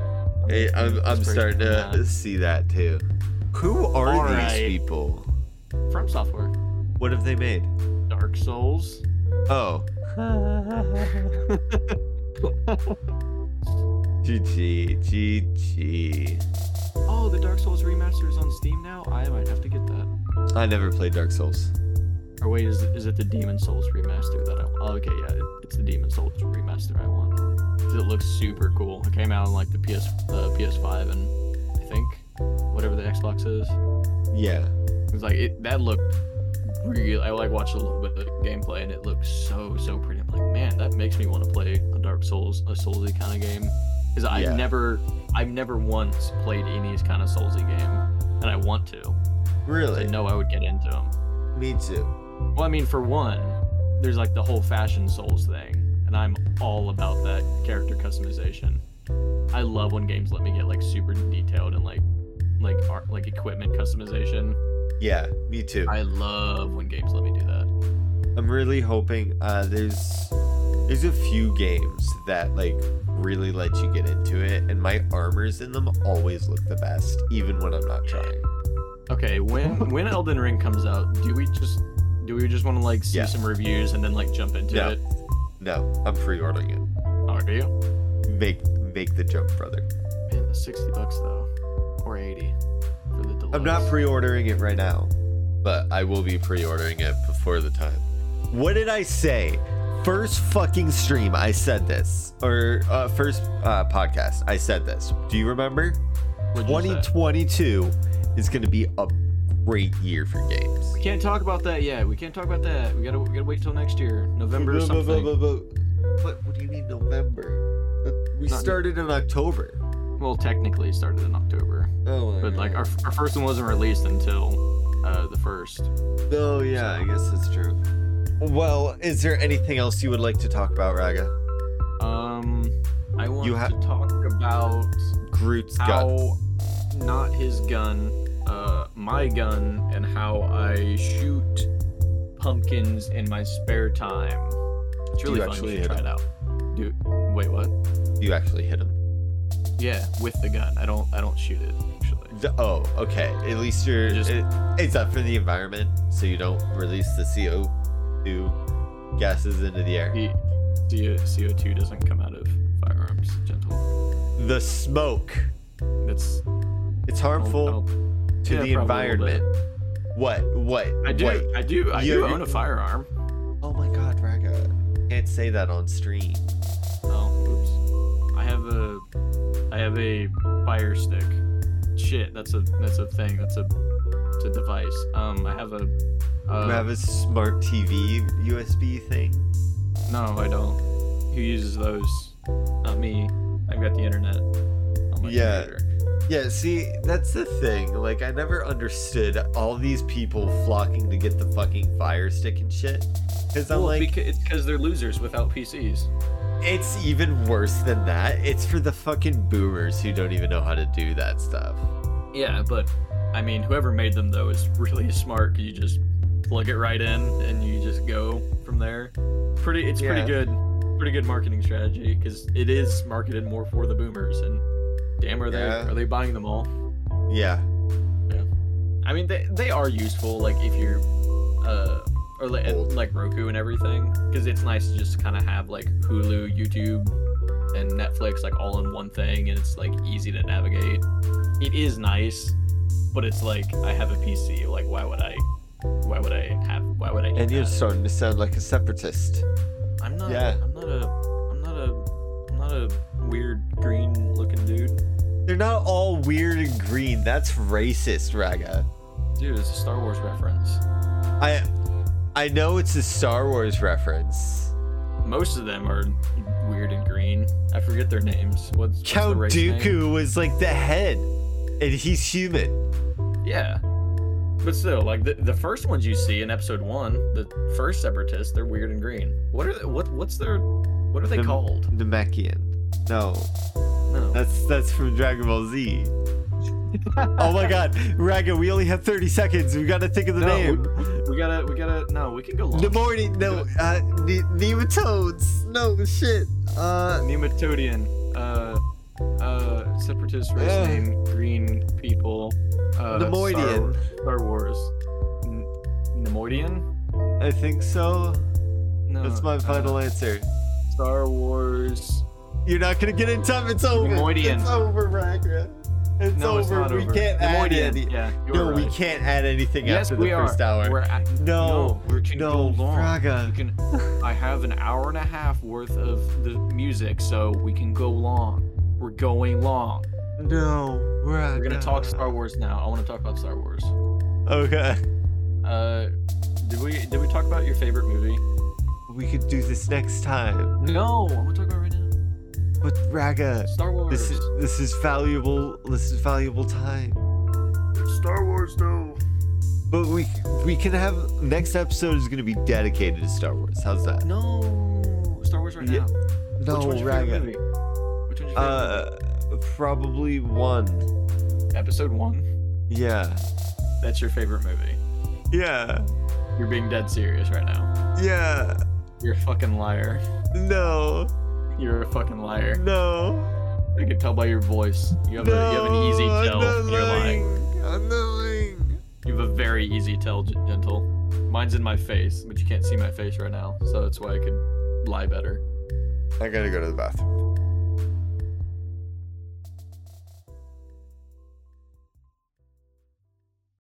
Hey, I'm, I'm
Inspiration
starting to
from that.
see that too. Who are
All
these
right.
people?
From software.
What have they made?
Dark Souls.
Oh. GG, GG.
Oh, the Dark Souls remaster is on Steam now. I might have to get that.
I never played Dark Souls.
Or wait, is is it the Demon Souls remaster that I? Oh, okay, yeah, it, it's the Demon Souls remaster I want. 'Cause It looks super cool. It came out on like the PS uh, PS5 and I think whatever the Xbox is.
Yeah.
It's like it that looked real. I like watched a little bit of the gameplay and it looked so so pretty. I'm like, man, that makes me want to play a Dark Souls, a Soulsy kind of game, because I've
Yeah.
never, I've never once played any kind of Soulsy game, and I want to. 'cause I
Really?
know I would get into them.
Me too.
Well, I mean, for one, there's like the whole fashion Souls thing, and I'm all about that character customization. I love when games let me get like super detailed and like, like art, like equipment customization.
Yeah, me too. I,
I love when games let me do that.
am really hoping uh, there's there's a few games that like really let you get into it, and my armors in them always look the best, even when I'm not trying.
Okay, when when Elden Ring comes out, do we just do we just want to like see
Yeah.
some reviews and then like jump into
No.
it?
No, I'm pre-ordering it.
Are you?
Make make the jump, brother.
Man, that's sixty bucks though, or eighty for the deluxe.
I'm not pre-ordering it right now, but I will be pre-ordering it before the time. What did I say? First fucking stream, I said this, or uh, first uh, podcast, I said this. Do you remember?
What'd you say?
2022 is going to be a great year for games.
We can't talk about that yet. We can't talk about that. We gotta we gotta wait till next year, November or something.
What, what do you mean November? We
Not-
started in October.
Well, technically it started in October,
Oh,
but like our, our first one wasn't released until uh, the first.
oh yeah, I guess that's true. Well, is there anything else you would like to talk about, Raga?
Um, I want
ha-
to talk about
Groot's guts.
how not his gun, uh, my gun, and how I shoot pumpkins in my spare time. It's
Do
really
you
fun.
actually
You should
hit
try
him?
it out. Dude, wait, what?
You actually hit him.
Yeah, with the gun. I don't. I don't shoot it actually.
The- oh, okay. At least you're.
Just-
it- it's up for the environment, so you don't release the CO2 gases into the air.
The CO two doesn't come out of firearms. Gentle.
The smoke.
That's Oh,
It's harmful.
I don't-
to
Yeah,
the
probably a little bit.
environment. What? What?
I do.
What?
I do. I
You-
do own a firearm.
Oh my God, Raga! Can't say that on stream.
Oh, oops. I have a, I have a fire stick. Shit, that's a that's a thing. That's a, it's a device. Um, I have a. Uh,
you have a smart TV USB thing.
no, I don't. Who uses those? Not me. I've got the internet. On my
Yeah.
Computer.
Yeah, see, that's the thing. Like, I never understood all these people flocking to get the fucking fire stick and shit. Because I'm
Well,
like,
beca- it's because they're losers without PCs.
it's even worse than that. It's for the fucking boomers who don't even know how to do that stuff.
Yeah, but I mean, whoever made them though is really smart. You just plug it right in, and you just go from there. Pretty, it's
Yeah.
pretty good, pretty good marketing strategy because it is marketed more for the boomers. And damn, are they
Yeah.
are they buying them all?
Yeah.
I mean, they they are useful. Like if you're, uh, or like,
Old.
like Roku and everything, because it's nice to just kind of have like Hulu, YouTube, and Netflix like all in one thing, and it's like easy to navigate. It is nice, but it's like I have a PC. Like why would I? Why would I have? Why would I? need
And you're
that?
starting to sound like a separatist.
I'm not.
Yeah.
I'm not a. I'm not a. I'm not a weird green looking dude.
They're not all weird and green. That's racist, Raga.
Dude, it's a Star Wars reference.
I I know it's a Star Wars reference.
Most of them are weird and green. I forget their names. What's, what's
Count
the race
Dooku
name?
was like the head, and he's human.
Yeah, but still, like the, the first ones you see in Episode One, the first Separatists, they're weird and green. What are they, what what's their what are they
The-
called?
Namekian. No,
No.
that's that's from Dragon Ball Z. oh my God, Raga, we only have 30 seconds. We gotta think of the
No,
name.
We, we gotta we gotta no. We can go long.
The morning, no, uh, ne- nematodes. No shit. Uh,
Nematodian. Uh, uh, Separatist race
Yeah.
name green people. Uh, Star-
Nemoidian.
Star, Wars. N- Nemoidian.
I think so.
No.
That's my
uh,
final answer.
Star Wars.
You're not gonna get in time. It's over.
Nemoidian.
It's over, Raga. It's
no,
over.
it's not
we
over.
can't add
Nemoidian.
any.
Yeah, you
No,
are
we
right.
can't add anything
Yes,
after the
we are.
first hour.
We're at,
No,
we're can
no,
go long.
Braga.
You can. I have an hour and a half worth of the music, so we can go long. We're going long.
No, we're
We're gonna
Uh,
talk Star Wars now. I want to talk about Star Wars.
Okay,
Uh, did we did we talk about your favorite movie?
we could do this next time.
No, I want to talk about it right now.
But Raga,
Star Wars.
this is this is valuable. This is valuable time.
Star Wars, though.
But we we can have next episode is gonna be dedicated to Star Wars. How's that?
No, Star Wars right
Yeah,
now. Which
No,
one's your favorite
Raga.
movie? Which one's your favorite?
Uh, probably one.
movie? Episode one.
Yeah.
That's your favorite movie.
Yeah.
You're being dead serious right now.
Yeah.
You're a fucking liar.
No.
You're a fucking liar.
No.
I can tell by your voice. You have, a, you have an easy
I'm
tell.
not
and You're lying.
I'm not lying.
You have a very easy tell, Gen- gentle. Mine's in my face, but you can't see my face right now, so that's why I could lie better.
I gotta go to the bathroom.